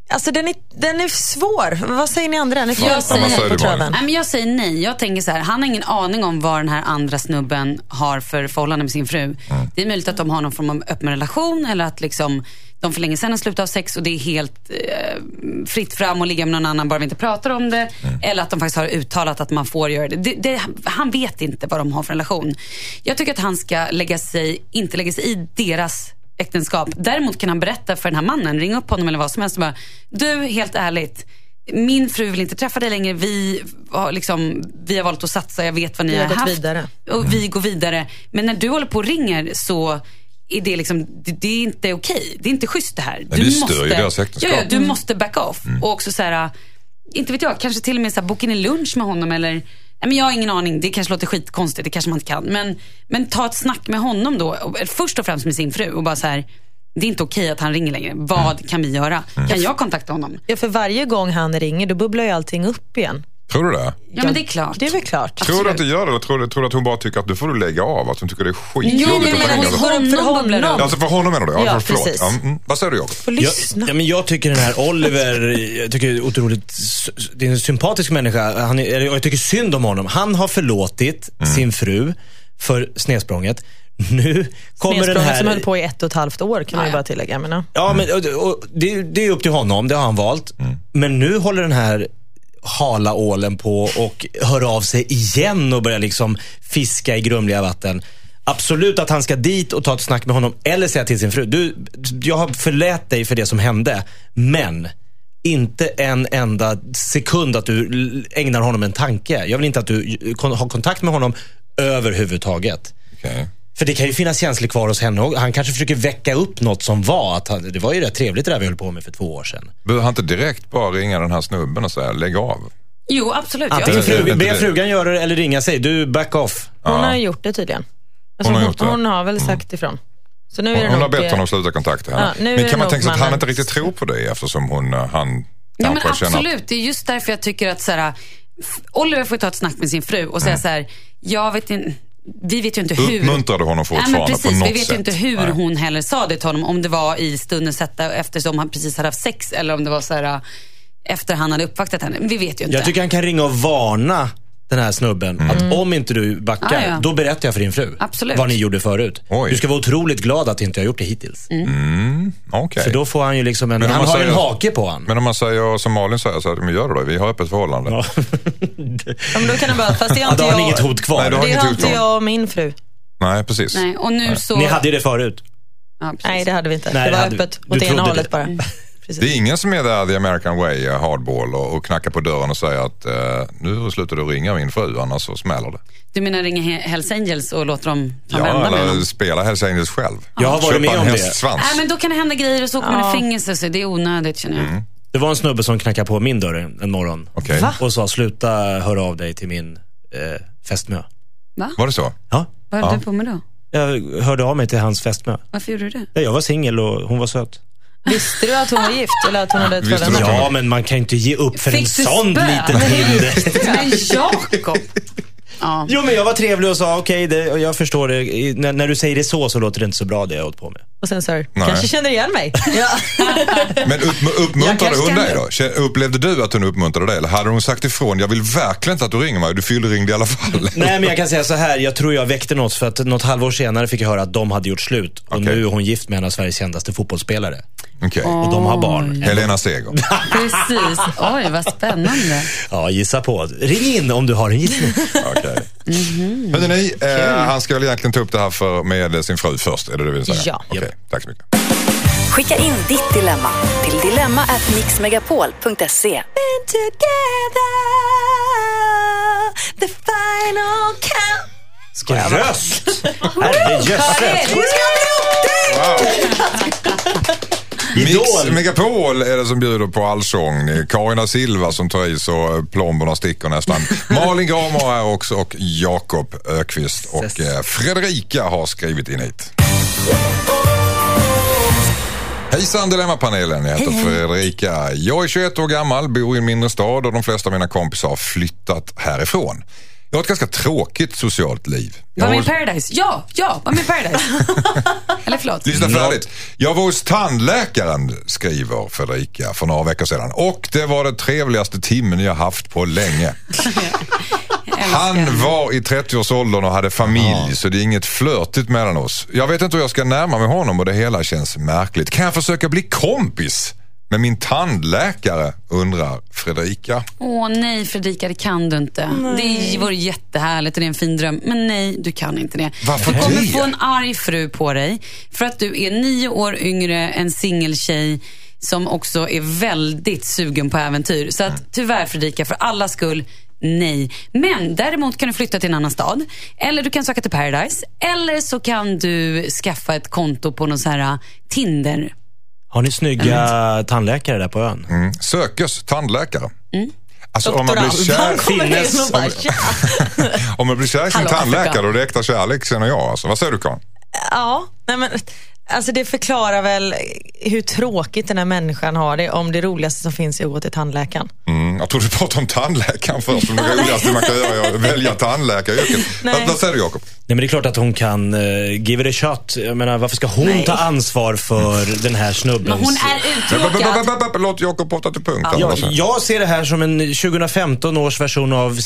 alltså den är, den är svår. Vad säger ni andra? Ni får
Jag
jag
säger-
säger på
Vad säger du,
tröven.
Nej, men jag säger nej. Jag tänker så här, han har ingen aning om vad den här andra snubben har för förhållande med sin fru. Det är möjligt att de har någon form av öppen relation eller att liksom, de för länge sedan har slutat ha sex och det är helt eh, fritt fram att ligga med någon annan bara vi inte pratar om det. Eller att de faktiskt har uttalat att man får göra det. det, det han vet inte vad de har för relation. Jag tycker att han ska lägga sig, inte lägga sig i deras äktenskap. Däremot kan han berätta för den här mannen, ringa upp honom eller vad som helst och bara, du helt ärligt, min fru vill inte träffa dig längre. Vi har, liksom, vi har valt att satsa. Jag vet vad ni
Vi har
har,
gått
haft.
vidare. Mm.
Och vi går vidare. Men när du håller på och ringer så är det, liksom, det, det är inte okej. Det är inte schysst det här. Du
det stör ju deras äktenskap. Mm.
ja, ja, du måste back off. Och också så här, inte vet jag, kanske till och med så här, boka in en lunch med honom eller Nej, men jag har ingen aning, det kanske låter skitkonstigt, det kanske man inte kan. Men, men ta ett snack med honom då, och- eh, först och främst med sin fru och bara så här, det är inte okej att han ringer längre. Vad
Mm.
kan vi göra? Kan jag kontakta honom?
Ja, för varje gång han ringer, då bubblar ju allting upp igen.
Tror du det?
Ja, men det är klart.
Det är väl klart.
Tror du att du gör det? eller Tror du, tror du att hon bara tycker att du får du lägga av? Att hon tycker det är skitjobbigt
men
att ringa?
hon-
eller?
hon-
Ja, Alltså för honom menar du? Ja,
Ja,
förlåt.
precis.
Ja, mm, vad säger du Jakob?
Får
Jag,
lyssna.
ja, men jag tycker den här Oliver, jag tycker det är otroligt, s- det är en sympatisk människa. Han är, eller jag tycker synd om honom. Han har förlåtit
Mm.
sin fru för snedsprånget. Nu kommer den
Nedsprånget
här...
som höll på i ett och ett halvt år kan man ju bara tillägga. Jag menar.
Ja, men och, och, det, det är upp till honom. Det har han valt. Men nu håller den här hala ålen på och hör av sig igen och börjar liksom fiska i grumliga vatten. Absolut att han ska dit och ta ett snack med honom eller säga till sin fru. Du, jag har förlät dig för det som hände, men inte en enda sekund att du l- ägnar honom en tanke. Jag vill inte att du kon- har kontakt med honom överhuvudtaget.
Okej.
För det kan ju finnas känslor kvar hos henne. och Han kanske försöker väcka upp något som var att han, det var ju rätt trevligt det där vi höll på med för två år sedan.
Behöver han inte direkt bara ringa den här snubben och säga lägg av?
Jo, absolut. Jag-
Antingen
det- det-
fru,
det-
be
det-
frugan göra det eller ringa sig. Du, back off.
Hon har ju gjort det tydligen. Alltså,
Hon har
hon,
gjort det. Mm.
hon har väl sagt ifrån. Så nu är
Hon,
det
hon har
nog,
bett
eh,
honom sluta kontakta henne.
Ja, nu är
men
det
kan man
nog
tänka sig att han
mannen.
inte riktigt tror på det eftersom hon, eh, han
Ja, men
kanske känner att
absolut. Det är just
Mm.
därför jag tycker att så här, F- Oliver får ta ett snack med sin fru och säga så här, jag vet inte, vi vet ju inte hur...
Uppmuntrade honom fortfarande
Nej, men precis,
på något
Vi vet
sätt.
ju inte hur
Nej.
hon heller sa det till honom. Om det var i stundens hetta eftersom han precis hade haft sex eller om det var så här äh, efter han hade uppvaktat henne. Vi vet ju inte.
Jag tycker han kan ringa och varna den här snubben
Mm.
att om inte du backar,
Ah, ja.
då berättar jag för din fru
Absolut.
vad ni gjorde förut.
Oj.
Du ska vara otroligt glad att inte jag har gjort det hittills.
Mm.
Okej.
För då får han ju liksom en,
Men om
han
man
har
säger-
en hake på han.
Men om man säger som Malin säger, så här, men gör det då, vi har öppet förhållande.
Ja.
Ja, men då kan han bara, fast det har
Ja,
inte
då har
jag,
ni inget hot kvar.
Nej, då har
det
inget
har
hot
inte
kvar.
jag och min fru.
Nej, precis.
Nej, och nu så...
Ni hade ju det förut.
Ja, precis.
Nej, det hade vi inte.
Nej,
det
det
var
hade vi.
öppet
Du
åt ena
trodde
hållet
det.
bara.
Det
Precis.
är ingen som är där the American way, eh, hardball, och, och knackar på dörren och säger att eh, nu slutar du ringa min fru, annars så smäller det.
Du menar ringa He- Hells Angels och låta dem ta en
Ja,
vända med
eller
honom?
spela Hells Angels själv.
Jag har varit
Köpa
med
en
om det.
hästsvans.
Nej, men då kan det hända grejer och så kommer
Ja.
det fängelse. Så det är onödigt känner jag.
Mm.
Det var en snubbe som knackade på min dörr en- en morgon
Okej.
Va? och sa sluta höra av dig till min eh, fästmö.
Var det så?
Ja.
Vad höll du på med då?
Jag hörde av mig till hans fästmö.
Varför gjorde du det?
Ja, Jag var singel och hon var söt.
Visste du att hon var gift eller att hon hade ett
Visste du
förhållande?
Ja, men man kan ju inte ge upp för en
Fick du
sån
spö?
liten hinder.
Men Jakob! Ja.
Jo, men jag var trevlig och sa okej, det- och jag förstår det. I- När, när du säger det så, så låter det inte så bra det jag hållit på med.
Och sen så här,
Nej.
kanske känner igen mig.
Men upp,
Jag
uppmuntrade
kanske
hon
kan-
dig då? Kä- Upplevde du att hon uppmuntrade dig? Eller hade hon sagt ifrån, jag vill verkligen inte att du ringer mig, du fylleringde i alla fall.
Nej, men jag kan säga så här. Jag tror jag väckte något för att något halvår senare fick jag höra att de hade gjort slut. Och
Okej.
nu är hon gift med en av Sveriges kändaste fotbollsspelare.
Okej.
Och de har barn.
Helena Seger.
Mm. Precis. Oj, vad spännande.
Ja, gissa på. Ring in om du har en gissning.
Okej. Hörrni, eh, han ska väl egentligen ta upp det här för, med sin fru först, är det det du vill säga?
Ja.
Okej,
Japp.
tack så mycket.
Skicka in ditt dilemma till dilemma at mixmegapol.se.
Ska jag röst? Herrejösses.
Wow. Mix
Idol.
Megapol är det som bjuder på allsång. Karina Silva som tar i så eh, plomberna sticker nästan. Malin Gramer är här också och Jakob Ökvist och eh, Fredrika har skrivit in hit. Hejsan Dilemmapanelen, jag heter Fredrika. Jag är 21 år gammal, bor i en mindre stad och de flesta av mina kompisar har flyttat härifrån. Jag har ett ganska tråkigt socialt liv. Jag
Var
har-
med i Paradise? Ja, ja, var med i Paradise. Eller förlåt.
Lyssna färdigt. Jag var hos tandläkaren, skriver Fredrika för några veckor sedan. Och det var den trevligaste timmen jag haft på länge. Han var i 30-årsåldern och hade familj, så det är inget flörtigt mellan oss. Jag vet inte hur jag ska närma mig honom och det hela känns märkligt. Kan jag försöka bli kompis med min tandläkare, undrar Fredrika.
Åh nej Fredrika, det kan du inte. Det vore jättehärligt och det är en fin dröm. Men nej, du kan inte det.
Varför
du kommer
det?
få en arg fru på dig för att du är nio år yngre, en singeltjej som också är väldigt sugen på äventyr. Så att, tyvärr Fredrika, för alla skull, nej. Men däremot kan du flytta till en annan stad. Eller du kan söka till Paradise. Eller så kan du skaffa ett konto på någon så här äh, Tinder.
Har ni snygga tandläkare där på ön?
Mm. Sökes tandläkare. Alltså om man blir kär,
Mm. Han kommer in och bara,
om,
"Tja."
om man blir kär i sin
Hallå,
tandläkare
Afrika.
och det är äkta kärlek känner jag. Alltså. Vad säger du Karin?
ja, nej men, alltså det förklarar väl hur tråkigt den här människan har det om det roligaste som finns är att gå till tandläkaren.
Mm, jag trodde du pratade om tandläkaren först, som det roligaste man kan göra är att välja tandläkaryrket.
Nej.
Vad, vad säger du Jakob?
Nej, men det är klart att hon kan eh, give it a shot. Jag menar, varför ska hon ta ansvar
Mm.
för den här
Men
snubbens...
hon är uttråkad.
Låt Jakob prata till punkt. här,
Jag,
vad säger du?
jag ser det här som en 2015 års version av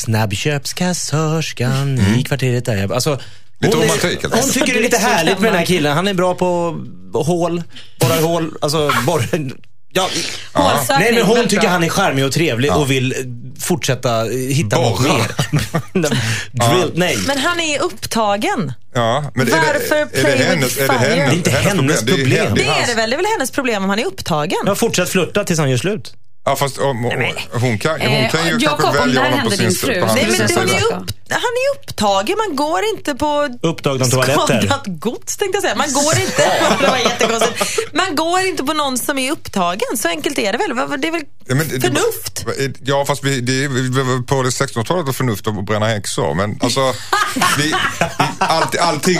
snabbköpskassörskan i kvarteret där jag... Alltså,
Mm. Lite
hon är-
romantik, helt
Hon
enkelt.
tycker det är lite härligt med den här killen. Han är bra på hål, borrar hål, alltså borr... Ja.
Hålsökning,
Nej men hon
väldigt
tycker
bra.
han är charmig och trevlig och vill eh, fortsätta eh, hitta något
Borra.
mer. Drill, nej.
Men han är upptagen.
Ja, men
Varför
är det, är det
play with
hennes, är det
fire?
hennes,
Det är
inte hennes
Det är,
problem.
hen-
Det
det är
är
hans.
det väl? Det är väl hennes problem om han är upptagen.
Jag har fortsatt flirta tills han gör slut.
Ja, fast om, om, hon kan, hon
Eh,
kan ju
Jakob,
kanske
om det
välja
här
honom på
händer
sin
din
sida.
fru,
på hans
Nej, men
sida.
de är
Ursäkta.
upp, han är upptagen. Man går inte på
Upptagna toaletter.
skadat gods tänkte jag säga. Man går inte, det var jättekonstigt. Man går inte på någon som är upptagen. Så enkelt är det väl? Vad- Det är väl
Ja, men det- eh,
förnuft?
Ja, fast vi, det, är- vi, vi- på det 1600-talet var förnuft att bränna häxor. Men alltså, vi, vi, allt, allting,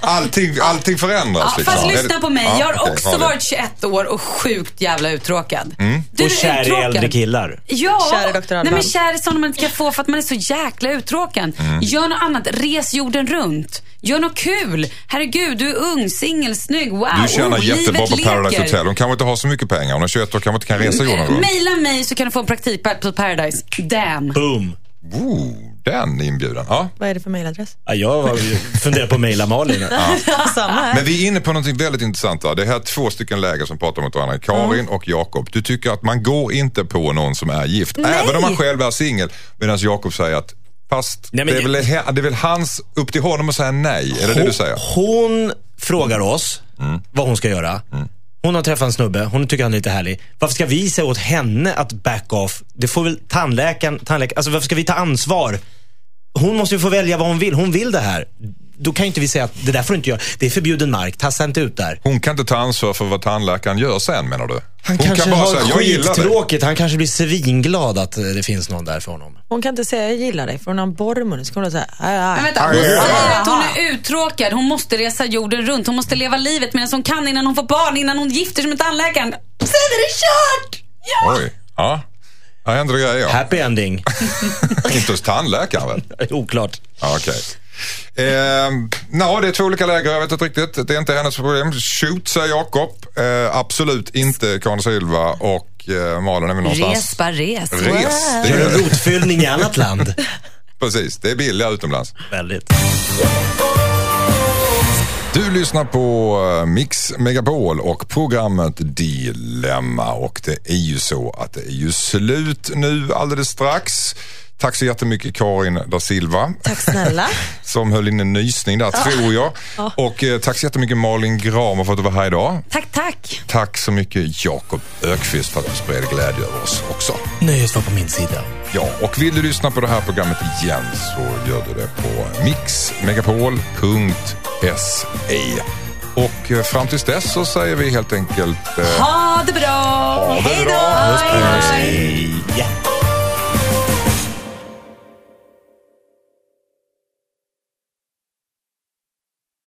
allting, allting förändras.
Ja, fast
liksom.
lyssna på mig.
Ja, Mm.
jag har
okej,
också
Malin.
varit 21 år och sjukt jävla uttråkad. Du
Och kär i
uttråkad.
äldre killar.
Ja,
Kär i Dr. Alban.
Nej, men kär i sådana man inte kan få för att man är så jäkla uttråkad. saken.
Mm.
Gör något annat. Res jorden runt. Gör något kul. Herregud, du är ung, singel, snygg. Wow.
Du tjänar
Oh,
jättebra
livet
på Paradise
leker.
Hotel. Mm. Hon kanske inte har så mycket pengar. Hon är 21 år kanske inte kan resa jorden runt.
Maila mig så kan du få en praktikplats på Paradise. Damn.
Boom!
Oh, den inbjudan. Ja.
Vad är det för mejladress?
Ja, jag var- funderar på att mejla Malin.
Samma här.
Men vi är inne på något väldigt intressant. va? Det är här två stycken läger som pratar mot varandra. Karin
Mm.
och Jakob. Du tycker att man går inte på någon som är gift. Även om man själv är singel. Medan Jakob säger att fast
Nej,
det,
men
är väl,
det-
he- det är väl hans, upp till honom att säga nej. Är det det du säger? Mm.
Hon frågar oss vad hon ska göra. Hon har träffat en snubbe, hon tycker han är lite härlig. Varför ska vi säga åt henne att back off? Det får väl tandläkaren, tandläkaren, alltså varför ska vi ta ansvar? Hon måste ju få välja vad hon vill. Hon vill det här. Då kan ju inte vi säga att det där får du inte göra. Det är förbjuden mark, tassa inte ut där.
Hon kan inte ta ansvar för vad tandläkaren gör sen menar du?
Han
hon
kanske
kan bara
har
säga, jag gillar dig.
skittråkigt. Han kanske blir svinglad att eh, det finns någon där för honom.
Hon kan inte säga jag gillar dig för hon har en borr i munnen. Så kommer hon säga aj, aj.
Men vänta, hon säger att hon är uttråkad. Hon måste resa jorden runt. Hon måste leva livet medan hon kan innan hon får barn, innan hon gifter sig med tandläkaren. Sen är det kört! Ja!
Oj, ja. Här händer det grejer.
Happy ending.
Inte hos tandläkaren väl?
Oklart.
Ja, Okej. Ehm, nå, det är två olika läger, jag vet inte riktigt. Det är inte hennes problem. Shoot, säger Jakob. Eh, absolut inte Karin Silva och eh, Malin är väl någonstans.
Res, bara res.
Res. Det
Gör en
är,
rotfyllning i annat land.
precis, det är billiga utomlands.
Väldigt.
Du lyssnar på eh, Mix Megapol och programmet Dilemma. Och det är ju så att det är ju slut nu alldeles strax. Tack så jättemycket Karin da Silva.
Tack snälla.
som höll in en nysning där, tror jag. Och eh, tack så jättemycket Malin Gramer för att du var här idag.
Tack, tack.
Tack så mycket Jakob Ökvist för att du spred glädje över oss också.
Nöjet var på min sida.
Ja, och vill du lyssna på det här programmet igen så gör du det på mixmegapol.se. Och eh, fram tills dess så säger vi helt enkelt eh,
Ha det bra.
ha det bra.
Hej.